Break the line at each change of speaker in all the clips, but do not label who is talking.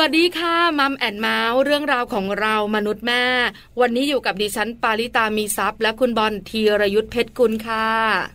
สวัสดีค่ะมัมแอนเมาส์เรื่องราวของเรามนุษย์แม่ วันนี้อยู่กับดิฉันปาริตามีซัพย์และคุณบอลธีรยุทธเพชรกุลค่ะ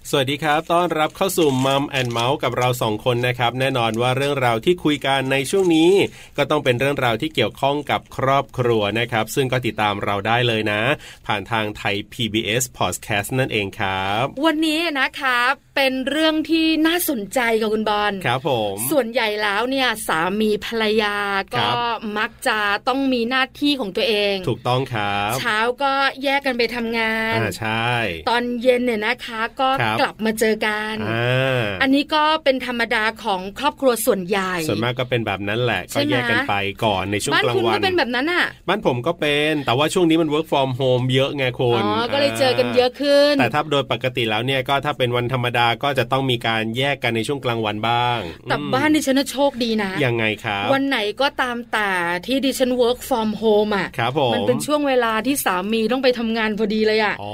สวัสดีครับ ต้อนรับเข้าสู่มัมแอนเมาส์กับเราสองคนนะครับ แน่นอนว่าเรื่องราวที่คุยกันในช่วงนี้ ก็ต้องเป็นเรื่องราวที่เกี่ยวข้องกับครอบครัวนะครับ ซึ่งก็ติดตามเราได้เลยนะ ผ่านทางไทย PBS Podcast นั่นเองครับ
วันนี้นะคะเป็นเรื่องที่น่าสนใจกับคุณบอล
ครับผม
ส่วนใหญ่แล้วเนี่ยสามีภรรยา
ครั
ก็
บ
มักจะต้องมีหน้าที่ของตัวเอง
ถูกต้องครับ
เช้าก็แยกกันไปทำงาน
อ่าใช่
ตอนเย็นเนี่ยนะคะ ก็
ครับ
กลับมาเจอกัน
อ่า
อันนี้ก็เป็นธรรมดาของครอบครัวส่วนใหญ่
ส่วนมากก็เป็นแบบนั้นแหละ
ใช่
ก็
ไหม
แยกกันไปก่อนในช่วง
บ้าน
กลาง
คุณ
วั
ก็
น
เป็นแบบนั้นอ่ะ
บ้านผมก็เป็น แต่ว่าช่วงนี้มัน work from home เยอะไงคุณ
อ๋อ ก็เลยเจอกันเยอะขึ้น
แต่ถ้าโดยปกติแล้วเนี่ยก็ถ้าเป็นวันธรรมดาก็จะต้องมีการแยกกันในช่วงกลางวันบ้าง
แต่
อืม
บ้านดิฉันน่ะโชคดีนะ
ยังไงครับ
วันไหนก็ตามแต่ที่ดิฉัน work from home อ่ะ
ครับผม
มันเป็นช่วงเวลาที่สามีต้องไปทำงานพอดีเลยอ่ะ
อ๋อ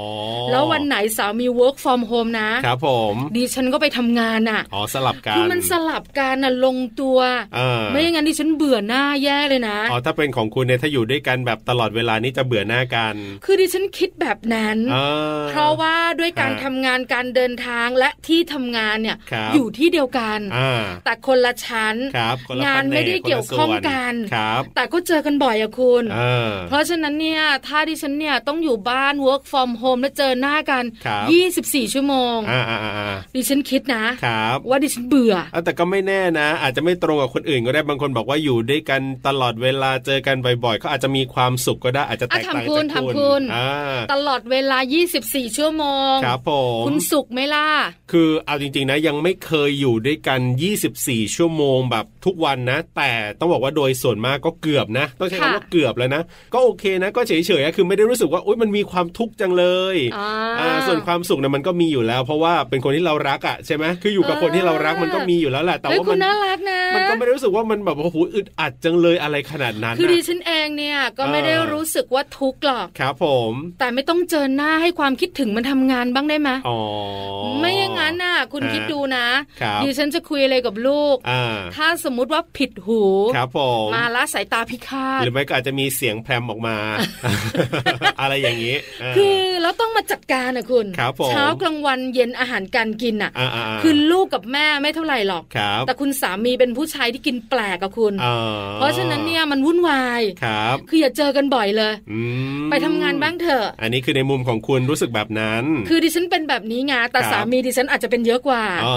แล้ววันไหนสามี work from home นะ
ครับผม
ดิฉันก็ไปทำงานอ่ะ
อ๋อสลับกัน
คือมันสลับกันน่ะลงตัว
เออ
ไม่อย่างนั้นดิฉันเบื่อหน้าแย่เลยนะ
อ๋อถ้าเป็นของคุณเนี่ยถ้าอยู่ด้วยกันแบบตลอดเวลานี่จะเบื่อหน้ากัน
คือดิฉันคิดแบบนั้น
เออ
เพราะว่าด้วยการ
ฮะ
ทำงานการเดินทางและที่ทำงานเนี่ย
ครับ
อยู่ที่เดียวกัน
อ่า
แต่คนละชั้น
ครับคละ
งาน
แผก
ไม่ได้เกี่ยวข้องกัน
คละส่วครับ
แต่ก็เจอกันบ่อยอะคุณ
เออ
เพราะฉะนั้นเนี่ยถ้าดิฉันเนี่ยต้องอยู่บ้าน work from home แล้วเจอหน้ากัน
ครับ
24 ชั่วโมง
อ่าอ่าอ่าอ่า
ดิฉันคิดนะ
ครับ
ว่าดิฉันเบื่อ
อ่ะแต่ก็ไม่แน่นะ อาจจะไม่ตรงกับคนอื่นก็ได้บางคนบอกว่าอยู่ด้วยกันตลอดเวลาเจอกันบ่อยๆเขาอาจจะมีความสุขก็ได้อาจจะแตกต่างจาก
อ่ะถามคุณถามคุณ
อ่า
ตลอดเวลา 24 ชั่วโมง
ครับผม
คุณสุขไหมล่ะ
คือเอาจริงๆนะยังไม่เคยอยู่ด้วยกัน 24 ชั่วโมงแบบทุกวันนะ แต่ต้องบอกว่าโดยส่วนมากก็เกือบนะ ต้องใช้
ค่ะ
คำว่าเกือบแล้วนะ ก็โอเคนะ ก็เฉยๆนะคือไม่ได้รู้สึกว่าอุยมันมีความทุกข์จังเลย
อ่า
อ่าส่วนความสุขเนี่ยมันก็มีอยู่แล้ว เพราะว่าเป็นคนที่เรารักอ่ะใช่ไหมคืออยู่กับคนที่เรารักมันก็มีอยู่แล้วแหละแต่
เฮ้ย
ว่า
คุ
มั
ณ
น
น่ารักนะ
มันก็ไม่ได้รู้สึกว่ามันแบบว่าโอ้โหอึดอัดจังเลยอะไรขนาดนั้น
คือดิ
น่ะ
ฉันเองเนี่ยก็
เออ
ไม่ได้รู้สึกว่าทุกข์หรอก
ครับผม
แต่ไม่ต้องเจอหน้าให้ความคิดถึงมันทำงานบ้างได้ไหม
อ๋อ
ไม่อย่างนั้นน่ะ คุณ
ฮะ
คิดดูนะครับ ดิฉันจะคุยอะไรกับลูก
อ่า
ถ้าสมมุติว่าผิดหู
ครับผม
มาละสายตาพิฆาต
หรือไม่ก็อาจจะมีเสียงแพรมออกมา อะไรอย่างนี้เ
คือเราต้องมาจัดการนะคุณ
ครับผม
เช้ากลางวันเย็นอาหารการกินน่ะ
อ่าาา
คือลูกกับแม่ไม่เท่าไหร่หรอก
ครับ
แต่คุณสามีเป็นผู้ชายที่กินแปลกอะคุณ
อ่
เพราะฉะนั้นเนี่ยมันวุ่นวาย
ครับ
คืออย่าเจอกันบ่อยเลย
อืม
ไปทำงานบ้างเถอะ
อันนี้คือในมุมของคุณรู้สึกแบบนั้น
คือดิฉันเป็นแบบนี้ไงแต่
ครับ
สามีดิฉันอาจจะเป็นเยอะกว่า
อ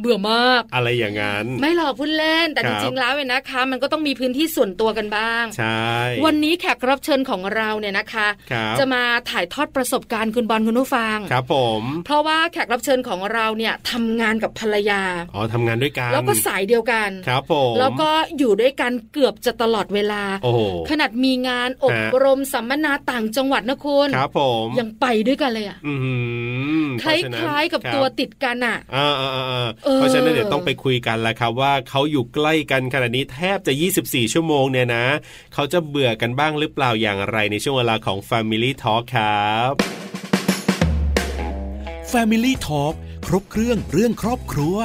เบื่อมาก
อะไรอย่างนั้น
ไม่หรอกพูดเล่น แต่
ค
จ
รับ
ริงๆแล้วเนี่ยนะคะ มันก็ต้องมีพื้นที่ส่วนตัวกันบ้าง
ใช่
วันนี้แขกรับเชิญของเราเนี่ยนะคะ
ครับ
จะมาถ่ายทอดประสบการณ์คุณบอลคุณผู้ฟัง
ครับผม
เพราะว่าแขกรับเชิญของเราเนี่ยทำงานกับภรรยา
อ๋อทำงานด้วยกัน
แล้วก็สายเดียวกัน
ครับผม
แล้วก็อยู่ด้วยกันเกือบจะตลอดเวลา
โอ้โห
ขนาดมีงานอบ
ฮะ
รมสัมมนาต่างจังหวัดนะคุณ
ครับผม
ยังไปด้วยกันเลยอะ
อื้อหือ
ค
เพ
ล
ระฉะนั้น้
ายๆกับ
ครับ
ตัวติดกันอะ
อ่าอ่าอ่าอ่า
เออ
เพราะฉะนั้นเดี๋ยวต้องไปคุยกันละครับว่าเขาอยู่ใกล้กันขนาดนี้แทบจะ 24 ชั่วโมงเนี่ยนะ เขาจะเบื่อกันบ้างหรือเปล่าอย่างไรในช่วงเวลาของ Family Talk ครับ
Family Talk ครบเครื่องเรื่องครอบครัว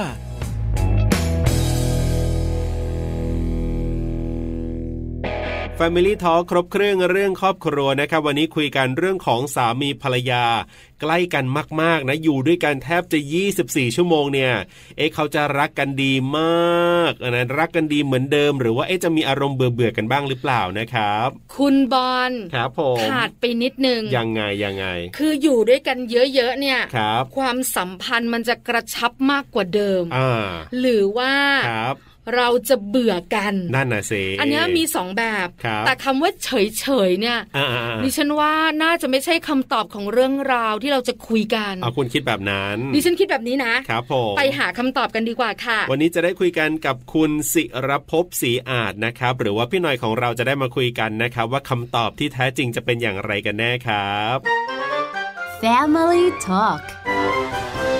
Family Talk ครบเครื่องเรื่องครอบครัวนะครับ วันนี้คุยกันเรื่องของสามีภรรยา ใกล้กันมาก ๆ นะ อยู่ด้วยกันแทบจะ 24 ชั่วโมงเนี่ย เอ๊ะเขาจะรักกันดีมากอันนั้นรักกันดีเหมือนเดิม หรือว่าเอ๊ะจะมีอารมณ์เบื่อๆกันบ้างหรือเปล่านะครับ
คุณบอล
ครับผม
ขาดไปนิดนึง
ยังไงยังไง
คืออยู่ด้วยกันเยอะๆเนี่ย
ครับ
ความสัมพันธ์มันจะกระชับมากกว่าเดิม
อ่า
หรือว่า
ครับ
เราจะเบื่อกัน
นั่นน่ะสิ
อันเนี้ยมีสองแบบ
ครับ
แต่คำว่าเฉยๆเนี่ย
อ่าอ่าอ่า
ดิฉันว่าน่าจะไม่ใช่คำตอบของเรื่องราวที่เราจะคุยกัน
เอาคุณคิดแบบนั้น
ดิฉันคิดแบบนี้นะ
ครับผม
ไปหาคำตอบกันดีกว่าค่ะ
วันนี้จะได้คุยกันกับคุณศิรภพศรีอาจนะครับ หรือว่าพี่หน่อยของเราจะได้มาคุยกันนะครับ ว่าคำตอบที่แท้จริงจะเป็นอย่างไรกันแน่ครับ
Family Talk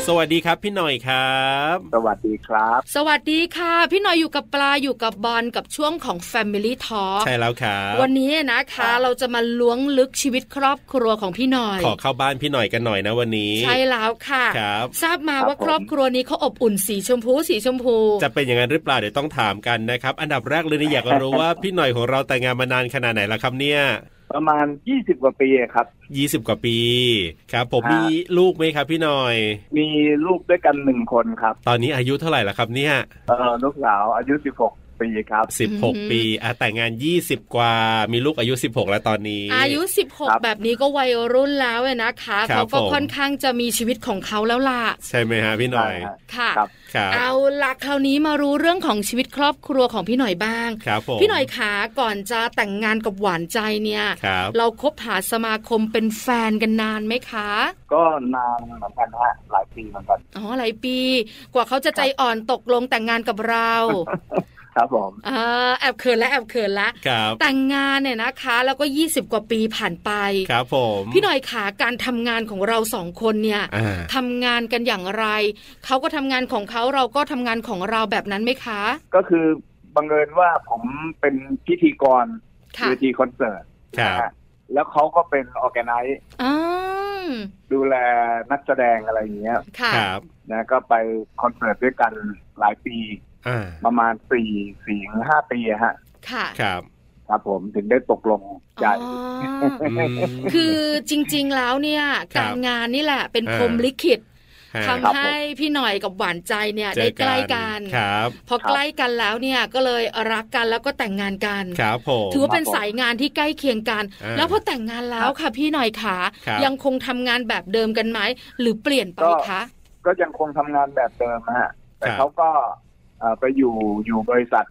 สวัสดีครับพี่หน่อยครับ
สวัสดีครับ
สวัสดีค่ะ พี่หน่อยอยู่กับปลาอยู่กับบอลกับช่วงของ Family Talk
ใช่แล้วครับ
วันนี้นะคะ เราจะมาล้วงลึกชีวิตครอบครัวของพี่หน่อย
ขอเข้าบ้านพี่หน่อยกันหน่อยนะวันนี้
ใช่แล้วค่ะ
ครับ
ทราบมา
ครับ
ว่าครอบ
ผม
ครัวนี้เขาอบอุ่นสีชมพูสีชมพู
จะเป็นอย่างนั้นหรือเปล่าเดี๋ยวต้องถามกันนะครับ อันดับแรกเลยนี่อยากรู้ว่า พี่หน่อยของเราแต่งงานมานานขนาดไหนแล้วครับเนี่ย
ประมาณ 20 กว่าปีครับ
20 กว่าปีครับ ผม
ครับ
มีลูกไหมครับ พี่หน่อย
มีลูกด้วยกันหนึ่งคนครับ
ตอนนี้อายุเท่าไหร่แล้วครับเนี่ย
เอ่อลูกสาวอายุ 16 ปีครับ
ม
16 ปีอ่ะแต่งงาน 20 กว่า มีลูกอายุ 16 แล้วตอนนี้
อายุ
ครับ
16 แบบนี้ก็วัยรุ่นแล้วอะนะคะ
ครับ
เขาก็
ผม
ค่อนข้างจะมีชีวิตของเขาแล้วล่ะ
ใช่ไหมฮะพี่หน่อย
ใช่ฮะ
ค่ะ
ครับ
ครับ
เอาละคราวนี้มารู้เรื่องของชีวิตครอบครัวของพี่หน่อยบ้าง
ครับผม
พี่หน่อยขาก่อนจะแต่งงานกับหวานใจเนี่ย
ครับ
เราคบหาสมาคมเป็นแฟนกันนานไหมคะ
ก็นานเหมือนกันฮะหลายปีเหมือนกัน
อ๋อหลายปี กว่าเขาจะใจอ่อนตกลงแต่งงานกับ เรา
ครับผม
เออแอบเขินและแอบเขินละ
ครับ
แต่งงานเนี่ยนะคะ แล้วก็ 20 กว่าปีผ่านไป
ครับผม
พี่หน่อยขาการทำงานของเราสองคนเนี่ย
อ่า
ทำงานกันอย่างไร เขาก็ทำงานของเขาเราก็ทำงานของเราแบบนั้นไหมคะ
ก็คือบังเอิญว่าผมเป็นพิธีกร
ค่ะ
เวทีคอนเสิร์ต
ครับ
นะฮะแล้วเขาก็เป็นออแกไนซ์
อ้าว
ดูแลนักแสดงอะไรอย่างเงี้ย
ค่ะ
ครับ
นะก็ไปคอนเสิร์ตด้วยกันหลายปี
อ่า
ประมาณสี่สี่ถึงห้าปีอะฮะ
ค่ะ
ครับ
ครับผมถึงได้ตกลงใจ
อ๋อ
อืม
คือจริงๆแล้วเนี่ย
ครับ
การงานนี่แหละเป็น
อ่า
พรหมลิขิต
ฮะ
ทำ
ครับ
ให้พี่หน่อยกับหวานใจเนี่ย
เจ
ได้
อ
ใกล้กัน
ครับ
พอใกล้กันแล้วเนี่ยก็เลยรักกันแล้วก็แต่งงานกัน
ครับผม
ถือว่าเป็นสายงานที่ใกล้เคียงกัน
อ่า
แล้วพอแต่งงานแล้วค่ะพี่หน่อยขา
ครับ
ยังคงทำงานแบบเดิมกันไหมหรือเปลี่ยนไปคะ
ก็ยังคงทำงานแบบเดิมนะฮะ แต่
ครับ
เขาก็เอ่อไปอยู่อยู่บริษัท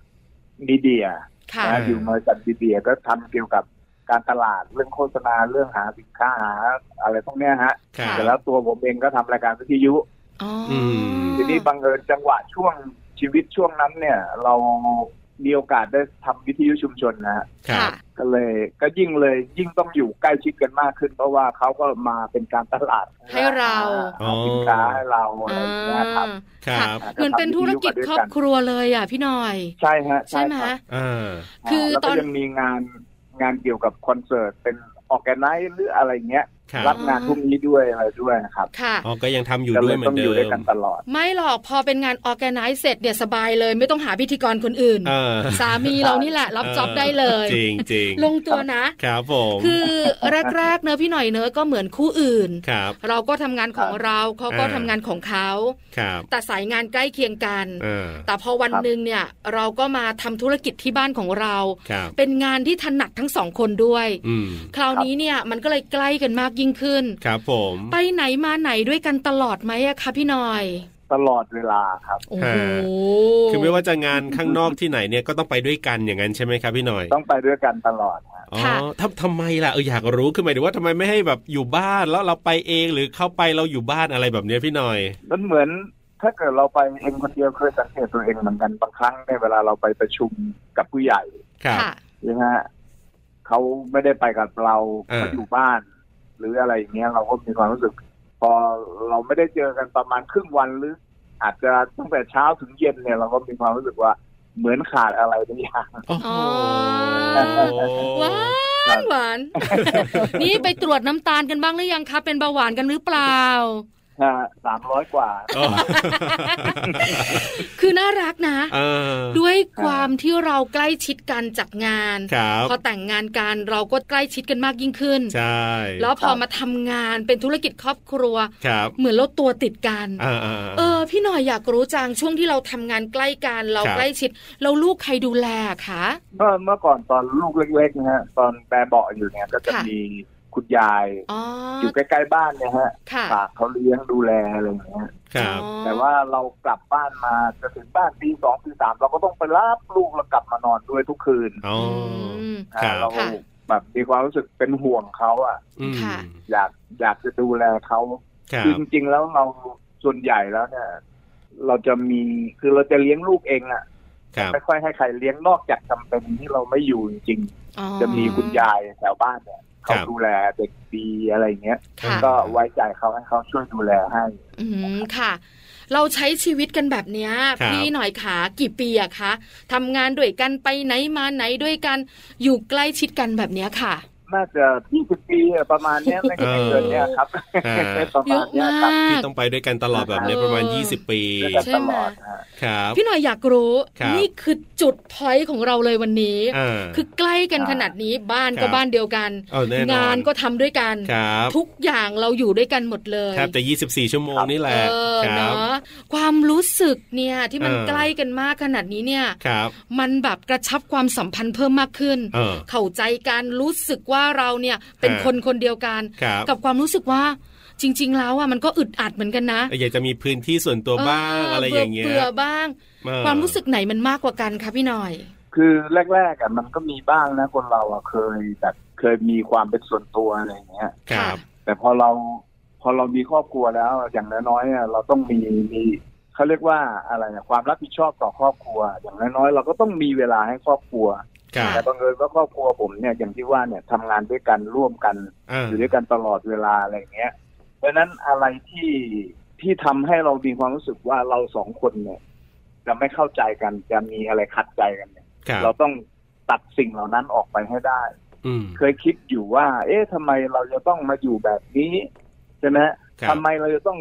มีเดีย
ค่ะ
นะ
อ่า
อยู่บริษัทมีเดียก็ทำเกี่ยวกับการตลาดเรื่องโฆษณาเรื่องหาสินค้าหาอะไรพวกเนี้ยฮะ
ครั
อ่า
แต่
บ
แล้วตัวผมเองก็ทำรายการวิทยุ
อ๋ออ
ม
ทีนี้บังเอิญจังหวะช่วงชีวิตช่วงนั้นเนี่ย เรามีโอกาสได้ทำวิทยุชุมชนนะฮะ
ครั
ค่ะ
บ
ก็เลยก็ยิ่งเลยยิ่งต้องอยู่ใกล้ชิดกันมากขึ้น เพราะว่าเขาก็มาเป็นการตลาด
ให้เรา
หาสินค้าให้เราอะไร
อ่
อย่างเงี้ยครับ
า
ครับ
ะเหมือนเป็นธุรกิจครอบครัวเลยอ่ะพี่หน่อย
ใช่ฮะ
ใช่ไหม
ครับ
อ่า
คือ
แล้ว
ตอ
ก็
น
ยังมีงานงานเกี่ยวกับคอนเสิร์ตเป็นออกแกไนซ์หรืออะไรเงี้ย
ครับ
รับงานพวกนี้ด้วยอะไรด้วยนะครับ
ค่ะ
อ๋อก็ยังทำอยู่
ก็
ด้
เล
วย
ย
เหมื
ต้
อ
อน งอ
เดิ
ยู่ด้วย
ม
กันตลอด
ไม่หรอกพอเป็นงานออแกไนซ์เสร็จเนี่ยสบายเลย ไม่ต้องหาพิธีกรคนอื่น
เออ
สามีเรานี่แหละ รับจ็อบได้เลย
จริงจริง
ลงตัวนะ
ครับผม
คือแรกๆเนอะพี่หน่อยเนอะก็เหมือนคู่อื่น
ครับ
เราก็ทำงานของ
ครับ
เราเขาก็
อ่า
ทำงานของเขา
ครับ
แต่สายงานใกล้เคียงกัน
เออ
แต่พอวันหนึ่งเนี่ยเราก็มาทำธุรกิจที่บ้านของเรา
ครับ
เป็นงานที่ถนัดทั้งสองคนด้วย
อืม
คราวนี้เนี่ยมันก็เลยใกล้กันมากยิ่งขึ้น
ครับผม
ไปไหนมาไหนด้วยกันตลอดไหมอะคะพี่หน่อย
ตลอดเวลาครับ
โอ้โห
คือไม่ว่าจะงานข้างนอกที่ไหนเนี่ยก็ต้องไปด้วยกันอย่างนั้นใช่ไหมครับพี่หน่อย
ต้องไปด้วยกันตลอดฮะ
อ๋อ
ค่ะ
ทำทำไมล่ะเอออยากรู้คือหมายถึงว่าทำไมไม่ให้แบบอยู่บ้านแล้วเราไปเองหรือเข้าไปเราอยู่บ้านอะไรแบบเนี้ยพี่หน่อย
มันเหมือนถ้าเกิดเราไปเองคนเดียวเคยสังเกตตัวเองเหมือนกันบางครั้งในยเวลาเราไปประชุมกับผู้ใหญ่
ครับ
ค่ะ
ใช่ไหมฮะเขาไม่ได้ไปกับเรา
อ่า
เขาอยู่บ้าน หรืออะไรอย่างเงี้ยเราก็มีความรู้สึก พอเราไม่ได้เจอกันประมาณครึ่งวันหรือ อาจจะตั้งแต่เช้าถึงเย็นเนี่ย เราก็มีความรู้สึกว่าเหมือนขาดอะไรบางอย่าง
โอ้โห
อ๋อ หวานหวาน นี่ไปตรวจน้ำตาลกันบ้างหรือยังคะ เป็นเบาหวานกันหรือเปล่า
สามร้อยกว่า
อ๋อ
คือน่ารักนะ
เออ
ด้วยความที่เราใกล้ชิดกันจากงาน
ครับ
พอแต่งงานกันเราก็ใกล้ชิดกันมากยิ่งขึ้น
ใช่
แล้วพอ
ครับ
มาทำงานเป็นธุรกิจครอบครัว
ครับ
เหมือนเราตัวติดกัน
อ่าอ่า
เออ พี่หน่อยอยากรู้จังช่วงที่เราทำงานใกล้กันเรา
ครับ
ใกล้ชิด เราลูกใครดูแลคะ
เมื่อเมื่อก่อนตอนลูกเล็กๆนะฮะตอนแปรเบาะอยู่เนี่ยก็จะ
ค่ะ
มีคุณยาย
อ๋อ
อ
อยู่
ใกล้ๆบ้านเนี่ยฮะ
ค่ะ
ฝากเขาเลี้ยงดูแลอะไรอย่างเงี้ย
ครับ
อ๋อ
แต่ว่าเรากลับบ้านมาจะถึงบ้านตีสองตีสามเราก็ต้องไปรับลูกแล้วกลับมานอนด้วยทุกคืน
อ๋อ
อืม
อ่า
ครับ
เรา
ค่ะ
แบบมีความรู้สึกเป็นห่วงเขาอ่ะ
อืม
ค่ะ
อยากอยากจะดูแลเขา
ครั
คือบ จริงๆแล้วเราส่วนใหญ่แล้วเนี่ยเราจะมีคือเราจะเลี้ยงลูกเองอ่ะ
ครับ
ไม่ค่อยให้ใครเลี้ยงนอกจากจำเป็นที่เราไม่อยู่จริงๆ
อ๋อ
จะมีคุณยายแถวบ้านเนี่ย เขา
ครับ
ดูแลเด็กดีอะไรอย่างเงี้ย
ค่ะ
ก็ไว้ใจเขาให้เขาช่วยดูแลให้
อืมค่ะ เราใช้ชีวิตกันแบบเนี้ย
ครับ
พี่หน่อยขากี่ปีอะคะทำงานด้วยกันไปไหนมาไหนด้วยกัน อยู่ใกล้ชิดกันแบบเนี้ยค่ะ
น่าจะพี่สิบปีอะประมาณเนี้ยไม่เกินเดือนเนี้ยครับ
เออ
ประ
เย
มา
อะ
ณเนี้
มา
ยครับ
ที่
ก
ต้องไปด้วยกันตลอดแบบเนี้ยประมาณ 20 ปี
แล้วก็
ใช่
ต
ไหม
ลอดนะฮะ
ครับ
พี่หน่อยอยากรู้
ครับ
นี่คือจุดพอยต์ของเราเลยวันนี้
อ่า
คือใกล้กันขนาดนี้บ้าน
ครั
ก็
บ
บ้านเดียวกัน
เออแน่นอน
งานก็ทำด้วยกัน
ครับ
ทุกอย่างเราอยู่ด้วยกันหมดเลย
แทบจะ 24 ชั่วโมงนี่แห
เอ
ละ
อ
ครั
เนา
บ
ะความรู้สึกเนี่ยที่มัน
เออ
ใกล้กันมากขนาดนี้เนี่ย
ครับ
มันแบบกระชับความสัมพันธ์เพิ่มมากขึ้น
เออ
เข้าใจกันรู้สึกว่าเราเนี่ยเป็น
เออ
คนคนเดียวกัน
ครับ
กับความรู้สึกว่าจริง ๆ แล้วอ่ะมันก็อึดอัดเหมือนกันนะ
อยากจะมีพื้นที่ส่วนตัวบ้างอะไรอย่างเงี้ย
เบื่อๆบ้าง
เออ
ความรู้สึกไหนมันมากกว่ากันคะพี่หน่อย
คือแรกๆอ่ะมันก็มีบ้างนะคนเราอ่ะเคยแบบเคยมีความเป็นส่วนตัวอะไรอย่างเงี้ย
ครับ
แต่พอเราพอเรามีครอบครัวแล้วอย่างน้อยๆอะเราต้องมีมีเขาเรียกว่าอะไรนะความรับผิดชอบต่อครอบครัว อย่างน้อยๆเราก็ต้องมีเวลาให้ครอบครัว
ครั
ค่ะ
แต่
บ
บังเอิญว่าครอบครัวผมเนี่ยอย่างที่ว่าเนี่ยทำงานด้วยกันร่วมกัน
อ่า
อยู่ด้วยกันตลอดเวลาอะไรอย่างเงี้ย เพราะฉะนั้นอะไรที่ที่ทำให้เรามีความรู้สึกว่าเราสองคนเนี่ย จะไม่เข้าใจกันจะมีอะไรขัดใจกันเนี่ย
ครับ
เราต้องตัดสิ่งเหล่านั้นออกไปให้ได้
อืม
เคยคิดอยู่ว่า เอ๊ะทำไมเราจะต้องมาอยู่แบบนี้ใช่ไหมฮะ
ครับ
ทำไมเราจะต้อง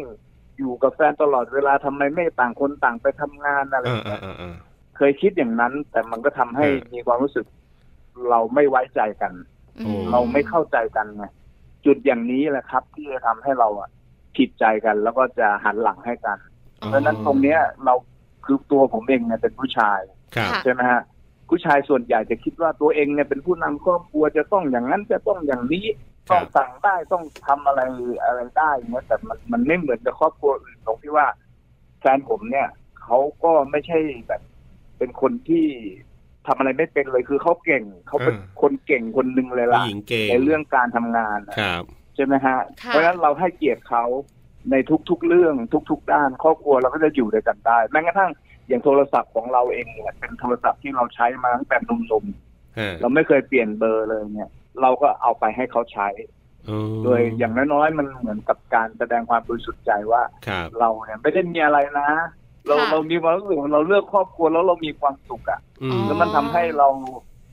อยู่กับแฟนตลอดเวลาทำไมไม่ต่างคนต่างไปทำงานอะไร
เอ
อ
อ
ย่า
ง เออย
เงี้
เออเออ
เคยคิดอย่างนั้น แต่มันก็ทำให้
เออ
มีความรู้สึก เราไม่ไว้ใจกัน
อื
โอ้
เราไม่เข้าใจกันไงจุดอย่างนี้แหละครับ ที่จะทำให้เราอะผิดใจกัน แล้วก็จะหันหลังให้กัน
อ๋อ
เพราะฉะนั้นตรงเนี้ย เราคือตัวผมเองเนี่ยเป็นผู้ชาย
ครับ
ใช่ไหมฮะผู้ชายส่วนใหญ่จะคิดว่าตัวเองเนี่ยเป็นผู้นำครอบครัวจะต้องอย่างนั้นจะต้องอย่างนี้
ค
ต้อ
รั
ง
บ
สั่งได้ต้องทำอะไรอะไรได้อย่างเงี้ยแต่มันมันไม่เหมือนกับครอบครัวอื่นตรงที่ว่าแฟนผมเนี่ยเขาก็ไม่ใช่แบบเป็นคนที่ทำอะไรไม่เป็นเลยคือเขาเก่งเขาเป็นคนเก่งคนหนึ่งเลย
ผู้
ล่ะ
หญิงเก่ง
ในเรื่องการทำงานอะ
ครับ
ใช่ไหมฮะ
ค่ะ
เพราะฉะนั้นเราให้เกียรติเขาในทุกๆเรื่องทุก ๆ ด้าน ครอบครัวเราก็จะอยู่ด้วยกันได้ แม้กระทั่งอย่างโทรศัพท์ของเราเองเนี่ยเป็นโทรศัพท์ที่เราใช้มาตั้งแต่หนุ่ม
ฮะ
ๆเราไม่เคยเปลี่ยนเบอร์เลยเนี่ย เราก็เอาไปให้เขาใช้
เออ
โดยอย่างน้อยๆมันเหมือนกับการแสดงความบริสุทธิ์ใจว่า
ครับ
เราเนี่ยไม่ได้มีอะไรนะ เรา
ค่ะ
เรามีความรู้สึกว่าเราเลือกครอบครัวแล้วเรามีความสุขอะ
อืม
แล้วมันทำให้เรา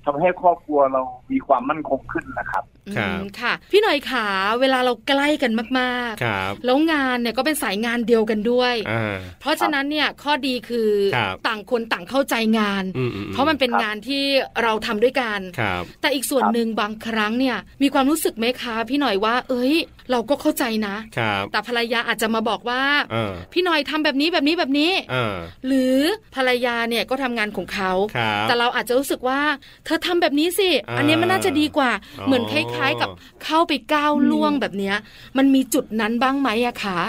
ทำให้ครอบครัวเรามีความมั่นคงขึ้นนะครับ
อืม
ครับ
ค่ะ พี่หน่อยขาเวลาเราใกล้กันมาก
ครับ
ๆ แล้วงานเนี่ยก็เป็นสายงานเดียวกันด้วย
อ่า
เพราะฉะนั้นเนี่ยข้อดีคือ
ครับ
ต่างคนต่างเข้าใจงาน
อืมอือื
เพราะมันเป็น
ครับ
งานที่เราทำด้วยกัน
ครับ
แต่อีกส่วนหนึ่งบางครั้งเนี่ยมีความรู้สึกไหมคะพี่หน่อยว่า เอ้ย เราก็เข้าใจนะ
ครับ
แต่ภรรยาอาจจะมาบอกว่า
เออ
พี่หน่อยทำแบบนี้แบบนี้แบบนี้
เออ
หรือภรรยาเนี่ยก็ทำงานของเขา
ครับ
แต่เราอาจจะรู้สึกว่า เธอทำแบบนี้สิ
อ่า
อันเนี้ยมันน่าจะดีกว่า
อ๋อ
เหมือนคล้าย ๆ กับเข้าไปก้าวล่วงแบบเนี้ย มันมีจุดนั้นบ้างไหมอะคะ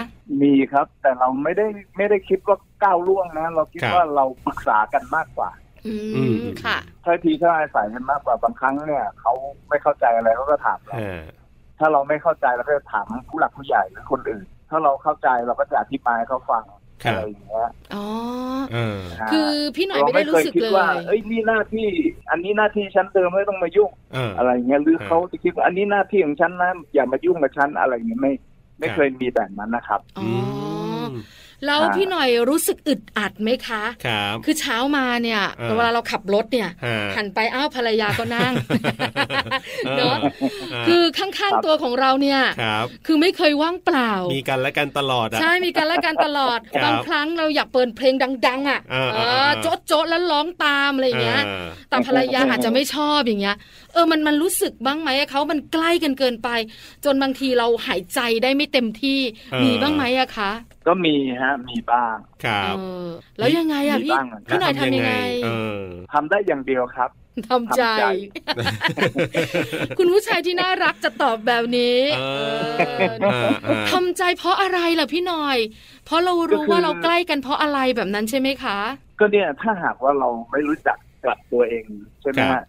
มีครับ แต่เราไม่ได้ไม่ได้คิดว่าก้าวล่วงนะ เราคิด
ครับ
ว่าเราปรึกษากันมากกว่า
อื
อื
ม
ม
ค่ะ
ถ้าทีถ้าอาศัยกันมากกว่าบางครั้งเนี่ยเขาไม่เข้าใจอะไรเขาก็ถามเรา
อ่า
ถ้าเราไม่เข้าใจเราก็จะถามผู้หลักผู้ใหญ่หรือคนอื่น ถ้าเราเข้าใจเราก็จะอธิบายให้เขาฟัง
ค
อะ
รั
ไร
บ
อย่างเงี้ย
อ๋อ
เออ
ฮะ
คือพี่หน่อย
เรา
ไม่
ไม่
ได้
เค
รู้
ย
สึก
คิด
เลย
ว่าเอ้ยนี่หน้าที่ อันนี้หน้าที่ฉันเติมไม่ต้องมายุ่ง
เอออ
อะไรอย่างเงี้ยหรือ
ครับ
เขาจะคิดว่าอันนี้หน้าที่ของฉันนะอย่ามายุ่งกับฉันอะไรอย่างเงี้ยไม่ไม่
ครับ
เคยมีแบบนั้นนะครับ
อ๋ออ
ม
แล้วพี่หน่อยรู้สึกอึดอัดไหมคะ
ครับ
คือเช้ามาเนี่ย
อ่า
เวลาเราขับรถเนี่ย
ฮะ
หันไปอ้าวภรรยาก็ นั่ง
เออ
เนอะ
เออ
คือข้างๆตัวของเราเนี่ย
ครับ
คือไม่เคยว่างเปล่า
มีกันและกันตลอดอ่ะ
ใช่มีกันและกันตลอด
ครับ
บางครั้งเราอยากเปิดเพลงดัง ๆ อ่ะ
อ่าๆๆ
เออโจ๊ะโจ๊ะแล้วร้องตามอะไรอย่างเงี้ย
ออ
แต่ภรรยาอาจจะไม่ชอบอย่างเงี้ย เออมันมันรู้สึกบ้างไหมอะเขามันใกล้กันเกินไป จนบางทีเราหายใจได้ไม่เต็มที่
เออ
มีบ้างไหมอะคะ
ก็มีฮะมีบ้าง
ครับ
เออแล้วยังไงอะ
มี
พี่
บ้างเหมือนกัน
พี่หน่อยทำยังไง
เออ
ทำได้อย่างเดียวครับ
ทำใจ
ทำใจ
คุณผู้ชายที่น่ารักจะตอบแบบนี้
เออ
เออ
เออเออ
ทำใจเพราะอะไรล่ะพี่หน่อย เพราะเรารู้ว่าเราใกล้กันเพราะอะไรแบบนั้นใช่ไหมคะ
ก็เนี่ยถ้าหากว่าเราไม่รู้จักกลับตัวเองใช่ไหม
ครั
ฮะ
บ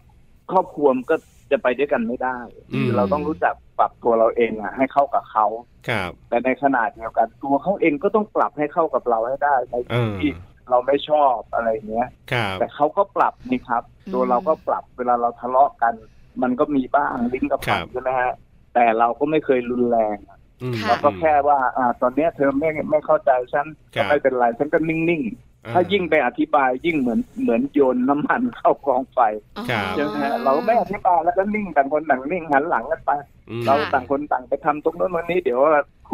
ครอบครัวมันก็จะไปด้วยกันไม่ได้
อืม
เราต้องรู้จักปรับตัวเราเองอ่ะ ให้เข้ากับเขา
ครับ
แต่ในขณะเดียวกันตัวเขาเองก็ต้องปรับให้เข้ากับเราให้ได้ใน
เออ
ที่เราไม่ชอบอะไรเงี้ย
ครับ
แต่เขาก็ปรับนี่ครับ
อืม
ตัวเราก็ปรับเวลาเราทะเลาะกัน มันก็มีบ้างลิ้นกับ
ครั
ฟั
บ
นใช่ไหมฮะ แต่เราก็ไม่เคยรุนแรง
อืม
ค่ะ
เราก็แค่ว่าอ่าตอนเนี้ยเธอไม่ไม่เข้าใจฉัน
ครับ
ไม่เป็นไรฉันก็นิ่ง
อ่
ๆ ถ้ายิ่งไปอธิบายยิ่งเหมือนเหมือนโยนน้ำมันเข้ากองไฟ
อ๋อ
ครับ
ใช่ไหมฮะเราไม่อธิบายแล้วก็นิ่งต่างคนต่างนิ่งหันหลังกันไป
อืม
เรา
ค่ะ
ต่างคนต่างไปทำตรงโน้นวันนี้เดี๋ยว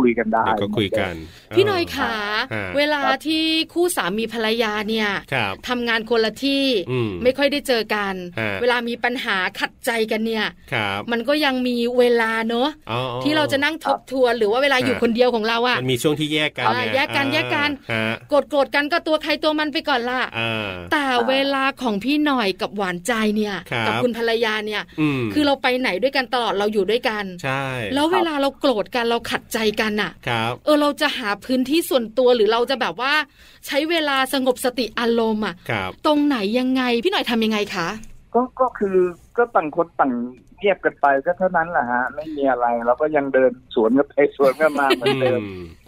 คุยกันได้
เดี๋ยวก็คุยกัน
พี่หน่อยขา
ฮะ
เวลาที่คู่สามีภรรยาเนี่ย
ครับ
ทำงานคนละที่
อืม
ไม่ค่อยได้เจอกัน
ฮะ
เวลามีปัญหาขัดใจกันเนี่ย
ครับ
มันก็ยังมีเวลาเนอะ
อ๋อ
ที่เราจะนั่งทบทวนหรือว่าเวลาอยู่
ฮะ
คนเดียวของเราอะ
มันมีช่วงที่แยกกัน
อ่า
ไง
แยกกัน
อ่า
แยกกัน
ฮะ
โกรธโกรธกันก็ตัวใครตัวมันไปก่อนล่ะ
อ่า
แต่เวลาของพี่หน่อยกับหวานใจเนี่ย
ครับ
กัคุณภรรยาเนี่ย
อืม
คือเราไปไหนด้วยกันตลอดเราอยู่ด้วยกัน
ใช่
แล้วเวลาเราโกรธกันเราขัดใจกันน่ะ
ครับ
เออเราจะหาพื้นที่ส่วนตัวหรือเราจะแบบว่า ใช้เวลาสงบสติอารมณ์อะ
ครับ
ตรงไหนยังไงพี่หน่อยทำยังไงคะ
ก็ก็คือก็ต่างคนต่างเงียบกันไปก็เท่านั้นแหละฮะ ไม่มีอะไรเราก็ยังเดินสวนกันไปสวนกันมาเหมือนเดิม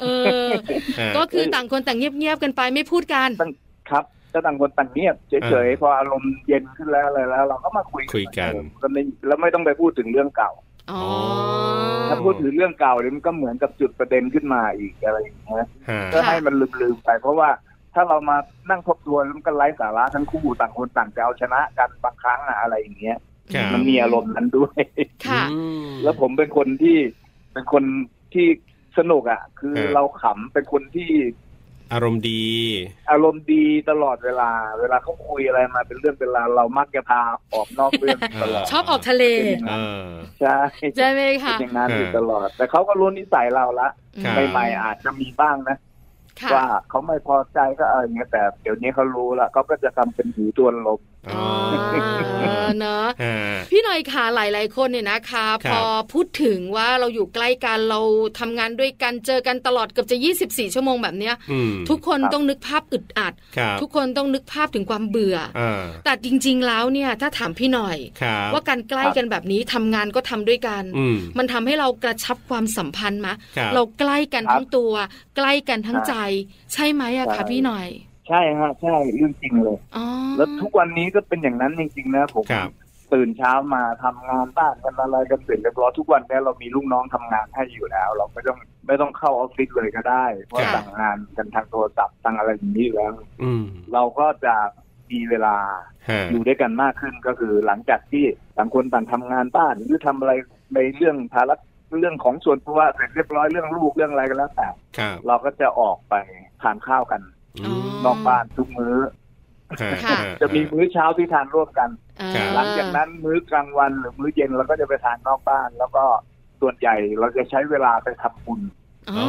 อืม
เออ
ฮะ
ก็คือต่างคนต่างเงียบๆกันไปไม่พูดกัน
ครับก็ต่างคนต่างเงียบเฉ
เอย อ
ๆพออารมณ์เย็นขึ้นแล้วอะไรแล้ว เราก็มาคุย
คุยกัน
ก็ไม่แล้วไม่ต้องไปพูดถึงเรื่องเก่า
อ๋อ
ถ้าพูดถึงเรื่องเก่าเดี๋ยวมันก็เหมือนกับจุดประเด็นขึ้นมาอีกอะไรอย่างเงี้ย
ฮะ
ก็ให้มันลืมๆไป เพราะว่าถ้าเรามานั่งทบทวนมันก็ไร้สาระทั้งคู่ต่างคนต่างจะเอาชนะกันบางครั้งอะอะไรอย่างเงี้ย
ครับ
มันมีอารมณ์นั้นด้วย
ค่ะ
อืม
แล้วผมเป็นคนที่เป็นคนที่สนุกอะ่ะ คือ
ครับ
เราขำเป็นคนที่
อารมณ์ดี
อารมณ์ดีตลอดเวลา เวลาเขาคุยอะไรมาเป็นเรื่องเป็นราวเรามักจะพาออกนอกเรื่องตลอด
ชอบออกทะเล
ครับ
เออ
ใช่
ใช่ไหม
เป็น
คะ
อย่างนั้นอยู่
ครับ
ตลอด แต่เขาก็รู้นิสัยเราละ
อื
ครับ
ใหม่ๆอาจจะมีบ้างนะ
ค่ะ
ว่าเขาไม่พอใจก็เอออย่างเงี้ยแต่เดี๋ยวนี้เขารู้ละเขาก็จะทำเป็นหูตวนลม
อ๋
อ๋
อ
อเนอะ
ฮะ
พี่หน่อยค่ะหลาย ๆ คนเนี่ยนะคะ
ค
พ
รับ
อพูดถึงว่าเราอยู่ใกล้กันเราทำงานด้วยกันเจอกันตลอดเกือบจะ 24 ชั่วโมงแบบเนี้ย
อืม
ทุกคน
ครับ
ต้องนึกภาพอึดอัด
ครับ
ทุกคนต้องนึกภาพถึงความเบื่อ
อ่า
แต่จริง ๆ แล้วเนี่ยถ้าถามพี่หน่อย
ครับ
ว่าการใกล้กันแบบนี้ทำงานก็ทำด้วยกัน
อืม
มันทำให้เรากระชับความสัมพันธ์มะ
ครับ
เราใกล้กัน
ครับ
ทั้งตัว ใกล้กันทั้ง
ครับ
ใจ ใช่ไหมอะ
ใช่
คะพี่หน่อย
ใช่ฮะใช่เรื่องจริงเลย
อ๋อ
แล้วทุกวันนี้ก็เป็นอย่างนั้นจริงๆนะผม
ครับ
ตื่นเช้ามาทำงานบ้านกันอะไรกันเสร็จเรียบร้อยทุกวันเนี้เรามีลูกน้องทำงานให้อยู่แล้ว เราไม่ต้องไม่ต้องเข้าออฟฟิศเลยก็ได้เพราะ
ครับ
สั่งงานกันทางโทรศัพท์ทางอะไรอย่างนี้อยู่แล้ว
อืม
เราก็จะมีเวลา
ฮะ
อยู่ด้วยกันมากขึ้นก็คือ หลังจากที่ต่างคนต่างทำงานบ้านหรือทำอะไรในเรื่องภาระเรื่องของส่วนตัวเสร็จเรียบร้อยเรื่องลูกเรื่องอะไรก็แล้วแต่
ครับ
เราก็จะออกไปทานข้าวกัน
อ๋อ
นอกบ้านทุกมื้อ
ฮ
ค่ะ
ฮ
จะมีมื้อเช้าที่ทานร่วมกัน
อ่า
หลังจากนั้นมื้อกลางวันหรือมื้อเย็นเราก็จะไปทานนอกบ้าน แล้วก็ส่วนใหญ่เราจะใช้เวลาไปทำบุญ
อ๋อ
อ๋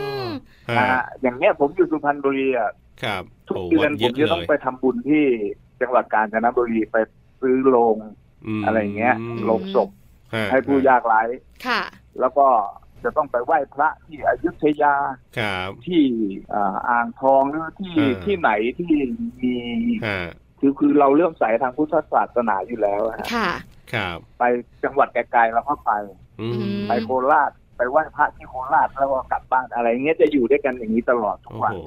อฮะ
นะฮะอย่างเนี้ยผมอยู่สุพรรณบุรีอ่ะ
ครับ
ทุก
โอ้
เดือ
วัน น
ผ
เย
ม
อะ
จะ
เล
ต้อง
ย
ไปทำบุญที่จังหวัดกาญจนบุรีไปซื้อโรง
ม
อะไรเงี้ยโรงศพ
ฮะ
ให้ผู้ยากไร้
ค่ะ
แล้วก็จะต้องไปไหว้พระที่อยุธยา
ครับ
ที่เอ่ออ่างทองหรือที่
เออ
ที่ไหนที่มี
ฮะ
คือคือเราเลื่อมใสทางพุทธศาสนาอยู่แล้วอะฮะ
ค่ะ
ครับ
ไปจังหวัดไกลๆเราก็ไป
อืม
อืม
ไปโคราชไปไหว้พระที่โคราชแล้วก็กลับบ้านอะไรเงี้ยจะอยู่ด้วยกันอย่างนี้ตลอดทุก
โอ้
วัน
โห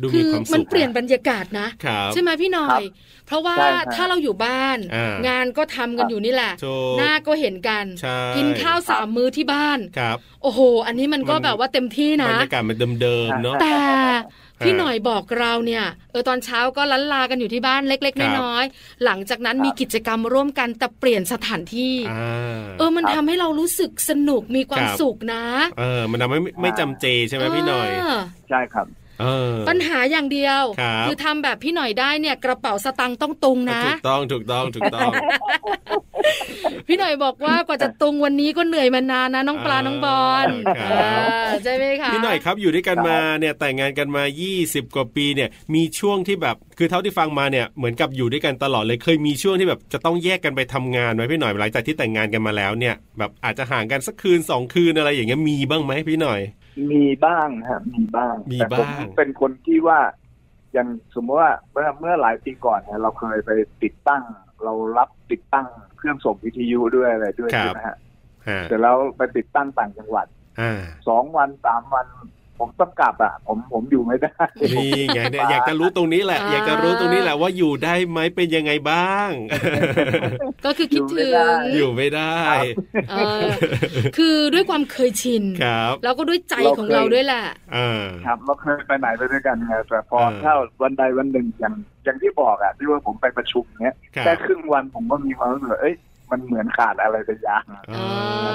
ดู
คื
มี
อ
ความสุข
มันเปลี่ยนะ บรรยากาศนะ
ครับ
ใช่ไหมพี่หน่อ
ครั
ย
บ
เพราะว่า
ใช่ครับ
ถ้าเราอยู่บ้าน
อ่าง
งานก็ทำกัน
ครับ
อยู่นี่แหละ
ถูก
หน้าก็เห็นกัน
ใช่
กินข้าวสามมื้อที่บ้าน
ครับ
โอ้โห อันนี้มันก็
มัน
แบบว่าเต็มที่
บร
นะ
รยากาศมันเดิมๆเนาะ
แต่
อ
พี่หน่อยบอกเราเนี่ยเออตอนเช้าก็ลันลากันอยู่ที่บ้านเล็ก
ครับ
ๆน้อยๆหลังจากนั้นมีกิจกรรมร่วมกันแต่เปลี่ยนสถานที่
อ่า
เออมันทำให้เรารู้สึกสนุกมีความ
ครับ
สุขนะ
เออ มันทำให้ไม่ไม่จำเจใช่ไหมพี่หน่อย
เ
ใช่ครับ
เออ
ปัญหาอย่างเดียว
ครับ
อทำแบบพี่หน่อยได้เนี่ยกระเป๋าสตังค์ต้องตุงนะ
ถูกต้องถูกต้องถูกต้อง
พี่หน่อยบอกว่ากว่าจะตุงวันนี้ก็เหนื่อยมานานนะน้องปลา
อ่า
น้องบอล
ครับ
เออใช่ไหมคะ
พี่หน่อยครับอยู่ด้วยกันมาเนี่ยแต่งงานกันมา 20 กว่าปีเนี่ย มีช่วงที่แบบคือเท่าที่ฟังมาเนี่ยเหมือนกับอยู่ด้วยกันตลอดเลยเคยมีช่วงที่แบบจะต้องแยกกันไปทำงานไหมพี่หน่อยหลังจากที่แต่งงานกันมาแล้วเนี่ย แบบอาจจะห่างกันสักคืนสองคืนอะไรอย่างเงี้ยมีบ้างไหมพี่หน่อย
มีบ้างฮะมีบ้าง
มี
แต่ผม
บ้าง
เป็นคนที่ว่า อย่างสมมติว่าเมื่อเมื่อหลายปีก่อนเนี่ยเราเคยไปติดตั้ง เรารับติดตั้งเครื่องส่งวิทยุด้วยอะไรด้วยใช่ไหมฮะ
ฮะ
เสร็จแล้วไปติดตั้งต่างจังหวัด
อ่า
สองวันสามวัน ผมต้องกลับอ่ะ ผมผมอยู่ไม่ได้
นี่ไง เนี่ยอยากจะรู้ตรงนี้แหละ
อ่า
อยากจะรู้ตรงนี้แหละว่าอยู่ได้ไหมเป็นยังไงบ้าง
ก็คือคิดถึง
อยู่ไม่ได้
เออคือด้วยความเคยชิน
ครับ
แล้วก็ด้วยใจของเราด้วยแหละ
อ่า
ครับเราเคยไปไหนไปด้วยกันไงแต่พอ
เออ
ถ้าวันใดวันหนึ่งอย่างอย่างที่บอกอ่ะที่ว่าผมไปประชุมเนี้ย
ครับ
แค่ครึ่งวันผมก็มีความรู้สึกว่าเอ้ยมันเหมือนขาดอะไรไปอย่าง
อ่า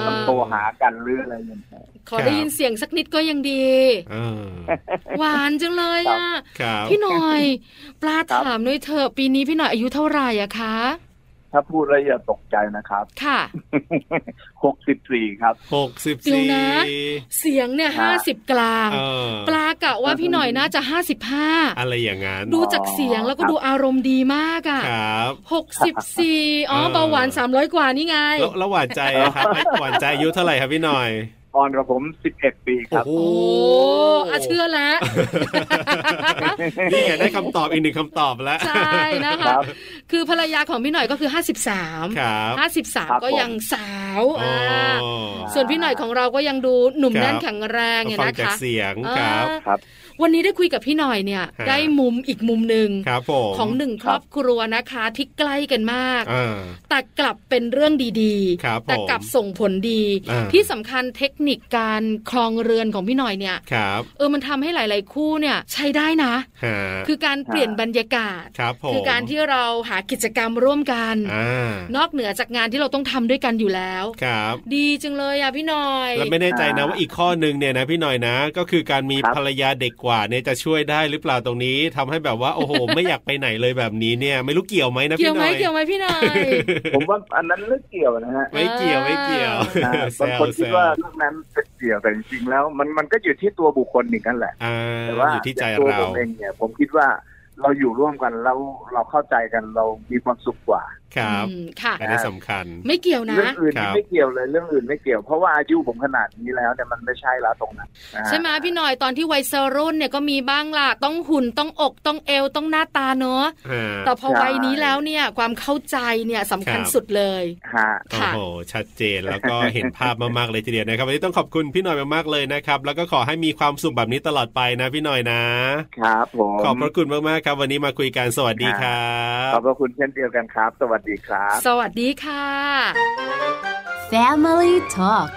มันโตหากันหรืออะไรอย่างเงี้ย
ขอ
ครับ
ได้ยินเสียงสักนิดก็ยังดี
อ่า
หวานจังเลยอ่ะ
ครับ
พี่หน่อย ปลา
ครับ
ถามหน่อยเถอะปีนี้พี่หน่อยอายุเท่าไหร่อะคะ
ถ้าพูดแล้วอย่าตกใจนะครับ
ค่ะ
หกสิบสี่ครับ
หกสิบ
เดี๋ยว
สี่
นะ เสียงเนี่ย
ครั
ห้าสิ
บ
บกลาง
เออ
ปลากะว่าพี่หน่อยน่าจะห้าสิบห้า
อะไรอย่างนั้น
ดูจากเสียงแล้วก็ดูอารมณ์ดีมากอะ
ครับ
หกสิบสี่อ๋อ
เออ
เบาหวานสามร้อยกว่านี่ไง
แล้วแล้วหวานใจอะครับไอ้หวานใจอายุเท่าไหร่ครับพี่หน่อย
อ่อนกว่าผมสิบเอ็ดปีครับ
โอ้อะเชื่อแล้ว
นี่ไงได้คำตอบอีกหนึ่งคำตอบแล้ว
ใช่นะ
ค
คะ
รับ
คือภรรยาของพี่หน่อยก็คือ 53
ครับ
ครับ
53 ก็ยังสาว
อ๋อ
อ่าส่วนพี่หน่อยของเราก็ยังดูหนุ่ม
ครับ
แน่นแข็งแรงเนี่ย
ฟัง
นะ
จาก
คะ
เสียง
อ่า
ครับ
ครับ
วันนี้ได้คุยกับพี่หน่อยเนี่ย
ฮะ
ได้มุมอีกมุมหนึ่ง
ครับผม
ของหนึ่งครอบครัวนะคะที่ใกล้กันมาก
อ่า
แต่กลับเป็นเรื่องดี
ครับ
แต่
ผม
กลับส่งผลดี
อ่า
ที่สำคัญเทคนิคการคลองเรือนของพี่หน่อยเนี่ย
ครับ
เออมันทำให้หลาย ๆ คู่เนี่ยใช้ได้นะ
ฮะ
คือการเปลี่ยนบรรยากาศ
ครับผม
คือการที่เราหากิจกรรมร่วมกัน
อ่าน
อกเหนือจากงานที่เราต้องทำด้วยกันอยู่แล้ว
ครับ
ดีจังเลยอ่ะพี่หน่อย
แล้วไม่แน่ใจนะ
อ่า
ว่าอีกข้อหนึ่งเนี่ยนะพี่หน่อยนะ ก็คือการมี
ครับ
ภรรยาเด็กกว่าเนี่ยจะช่วยได้หรือเปล่าตรงนี้ทำให้แบบว่าโอ้โห ไม่อยากไปไหนเลยแบบนี้เนี่ย ไม่รู้เกี่ยวไหมนะ
เกี่ย
พี่
ว
ห
ไหม
น่อย
เกี่ยวไหมพี่หน่อย
ผมว่าอันนั้นเรื่องเกี่ยวนะ ฮะ
ไม่เกี่ยวไม่เกี่ยว
อ่า
แซ
บาง
ว
คนคิ
แซว
ดว่าเรื่องนั้นเป็นเกี่ยวแต่จริงๆแล้ว มันมันก็อยู่ที่ตัวบุคคลอีกนั่นแหละ
อ่า
แต่ว่า
อยู่ที่ใจ
ตัว
เรา
ผมเองเนี่ยผมคิดว่าเราอยู่ร่วมกันแล้วเราเข้าใจกันเรามีความสุขกว่า
ครับ
อืมค่ะ
อันนี้สำคัญ
ไม่เกี่ยวนะ
เรื่องอื่น
ครับ
ไม่เกี่ยวเลยเรื่องอื่นไม่เกี่ยวเพราะว่าอายุผมขนาดนี้แล้วเนี่ยมันไม่ใช่แล้วตรงนั้นนะฮะ
ใช่ไหมพี่หน่อยตอนที่วัยซรุ่นเนี่ยก็มีบ้างล่ะ ต้องหุ่นต้องอกต้องเอวต้องหน้าตาเนอะ
อ่า
แต่พอวัยนี้แล้วเนี่ยความเข้าใจเนี่ยสำคัญ
ครับ
สุดเลย
ฮะ
ค่ะ
โอ้โห ชัดเจนแล้วก็ เห็นภาพมากๆเลยทีเดียวนะครับวันนี้ต้องขอบคุณพี่หน่อยมากๆเลยนะครับ แล้วก็ขอให้มีความสุขแบบนี้ตลอดไปนะพี่หน่อยนะ
ครับผม
ขอบพระคุณมากๆครับ วันนี้มาคุยกันสวัสดีครับ
ขอบพระคุณเช่นเดียวกันครับ สวัสดีครับ
สวัสดีค่ะ
Family Talk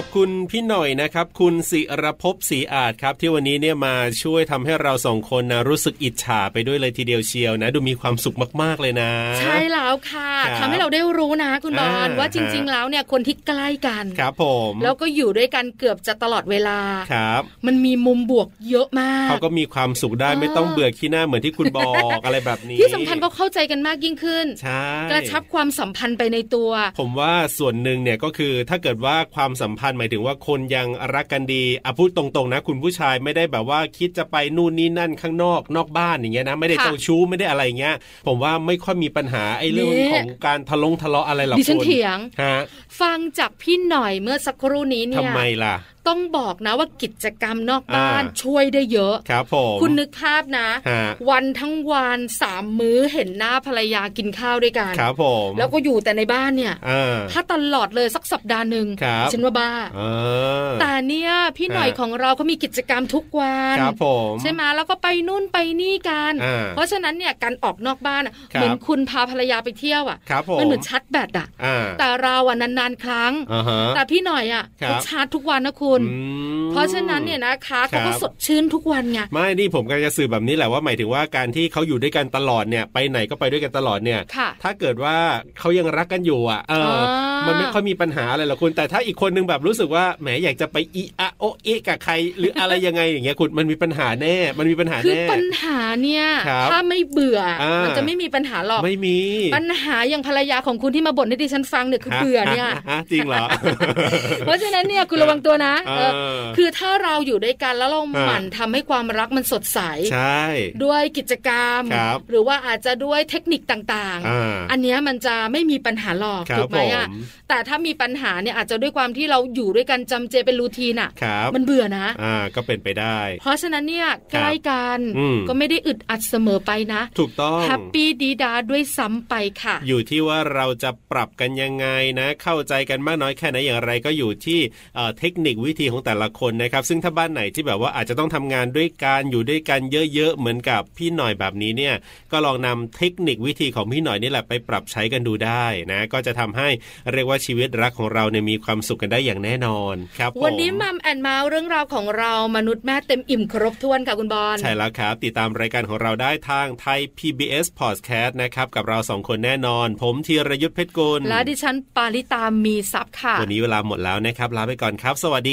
ขอบคุณพี่หน่อยนะครับ คุณศิรภพศรีอาจครับ ที่วันนี้เนี่ยมาช่วยทำให้เราสองคนนะรู้สึกอิจฉาไปด้วยเลยทีเดียวเชียวนะ ดูมีความสุขมากๆเลยนะ
ใช่แล้วค่ะ
ครับ
ทำให้เราได้รู้นะคุณบอล
อ่า
ว่าจริง
ฮะ
ๆ แล้วเนี่ยคนที่ใกล้กัน
ครับผม
แล้วก็อยู่ด้วยกันเกือบจะตลอดเวลา
ครับ
มันมีมุมบวกเยอะมาก
เขาก็มีความสุขได้ไม่ต้องเบื่อขี้หน้าเหมือนที่คุณบอก อะไรแบบนี้
ที่สำคัญก็เข้าใจกันมากยิ่งขึ้น
ใช่
กระชับความสัมพันธ์ไปในตัว
ผมว่าส่วนหนึ่งเนี่ยก็คือถ้าเกิดว่าความสัมพันธ์หมายถึงว่าคนยังรักกันดีอ่ะพูดตรงๆนะ คุณผู้ชายไม่ได้แบบว่าคิดจะไปนู่นนี่นั่นข้างนอกนอกบ้านอย่างเงี้ยนะไม่ได้
ค่ะ
เจ้าชู้ไม่ได้อะไรเงี้ย ผมว่าไม่ค่อยมีปัญหาไอ้เรื่อง
นี่
ของการทะลงทะเลาะอะไรหรอก
ดิฉัน
คุณ
เถียง
ฮะ
ฟังจากพี่หน่อยเมื่อสักครู่นี้เนี่
ทำ
ย
ไมล่ะ
ต้องบอกนะว่ากิจกรรมนอกบ้าน
อ่า
ช่วยได้เยอะ
ครับผม
คุณนึกภาพนะ
ฮะ
วันทั้งวันสามมื้อเห็นหน้าภรรยากินข้าวด้วยกัน
ครับผม
แล้วก็อยู่แต่ในบ้านเนี่ย
อ่า
ถ้าตลอดเลยสักสัปดาห์หนึ่ง
ครับ
ฉันว่าบ้า
อ่า
แต่เนี่ยพี่หน่อย
ฮะ
ของเราเขามีกิจกรรมทุกวัน
ครับผม
ใช่ไหมแล้วก็ไปนู่นไปนี่กัน
อ่า
เพราะฉะนั้นเนี่ยการออกนอกบ้านอะ
ครับ
เหมือนคุณพาภรรยาไปเที่ยวอ่ะ
ครับผม
มันเหมือนชาร์จแบตอ่ะ
อ่า
แต่เราอ่ะนานๆครั้ง
อ่าฮะ
แต่พี่หน่อยอ่ะ
ครับ
เขาชาร์จทุกวันนะคุณ
อืม
เพราะฉะนั้นเนี่ยนะคะเขาก็
ครับ
สดชื่นทุกวันไง
ไม่ นี่ผมกำลังจะสื่อแบบนี้แหละว่าหมายถึงว่าการที่เขาอยู่ด้วยกันตลอดเนี่ย ไปไหนก็ไปด้วยกันตลอดเนี่ย
ค่ะ
ถ้าเกิดว่าเขายังรักกันอยู่อ่ะ เอออ
อ
มันไม่ค่อยมีปัญหาอะไรหรอกคุณ แต่ถ้าอีกคนนึงแบบรู้สึกว่าแหมอยากจะไปอีอะโอเอะกับใคร หรืออะไรยังไงอย่างเงี้ยคุณมันมีปัญหาแน่ มันมีปัญหา
คือ
แน่
ปัญหาเนี่ย
ครับ
ถ้าไม่เบื่ออา
มั
มันจะไม่มีปัญหาหรอก
ไม่มี
ปัญหาอย่างภรรยาของคุณที่มาบ่นให้ดิฉันฟังเนี่ยคือเบื่อเนี่ย
ฮะฮะฮะจริงเหรอ
เพราะฉะนั้นเนี่ยคุณระวังตัวนะ
เอ
เอ
อ
อคือถ้าเราอยู่ด้วยกันแล้วเรา
อ่า
หมั่นทำให้ความรักมันสดใส
ใช่
ด้วยกิจกรรม
ครับ
หรือว่าอาจจะด้วยเทคนิคต่าง
อ่า
อันเนี้ยมันจะไม่มีปัญหาหรอก
ครั
ถู
บ
ก
ผ
ไหม
ม
อ่ะแต่ถ้ามีปัญหาเนี่ยอาจจะด้วยความที่เราอยู่ด้วยกันจำเจเป็นรูทีนอ่ะ
ครับ
มันเบื่อนะ
อ่า ก็เป็นไปได้
เพราะฉะนั้นเนี่ยใกล้กัน
อืม
ก็ไม่ได้อึดอัดเสมอไปนะ
ถูกต้อง
แฮปปี้ดีดาด้วยซ้ำไปค่ะ
อยู่ที่ว่าเราจะปรับกันยังไงนะ เข้าใจกันมากน้อยแค่ไหนอย่างไรก็อยู่ที่เอ่อเทคนิควิ วิธีของแต่ละคนนะครับ ซึ่งถ้าบ้านไหนที่แบบว่าอาจจะต้องทำงานด้วยกันอยู่ด้วยกันเยอะๆเหมือนกับพี่หน่อยแบบนี้เนี่ย ก็ลองนำเทคนิควิธีของพี่หน่อยนี่แหละไปปรับใช้กันดูได้นะ ก็จะทำให้เรียกว่าชีวิตรักของเราเนี่ยมีความสุขกันได้อย่างแน่นอนครับผม
วันนี้มัมแอนเมาส์เรื่องราวของเรามนุษย์แม่เต็มอิ่มครบถ้วนค่ะคุณบอล
ใช่แล้วครับ ติดตามรายการของเราได้ทางไทย PBS Podcast นะครับกับเราสองคนแน่นอน ผมธีรยุทธเพชรกุล
และดิฉันปาริตามีซับค่ะ
วันนี้เวลาหมดแล้วนะครับลาไปก่อนครับ สวัสดี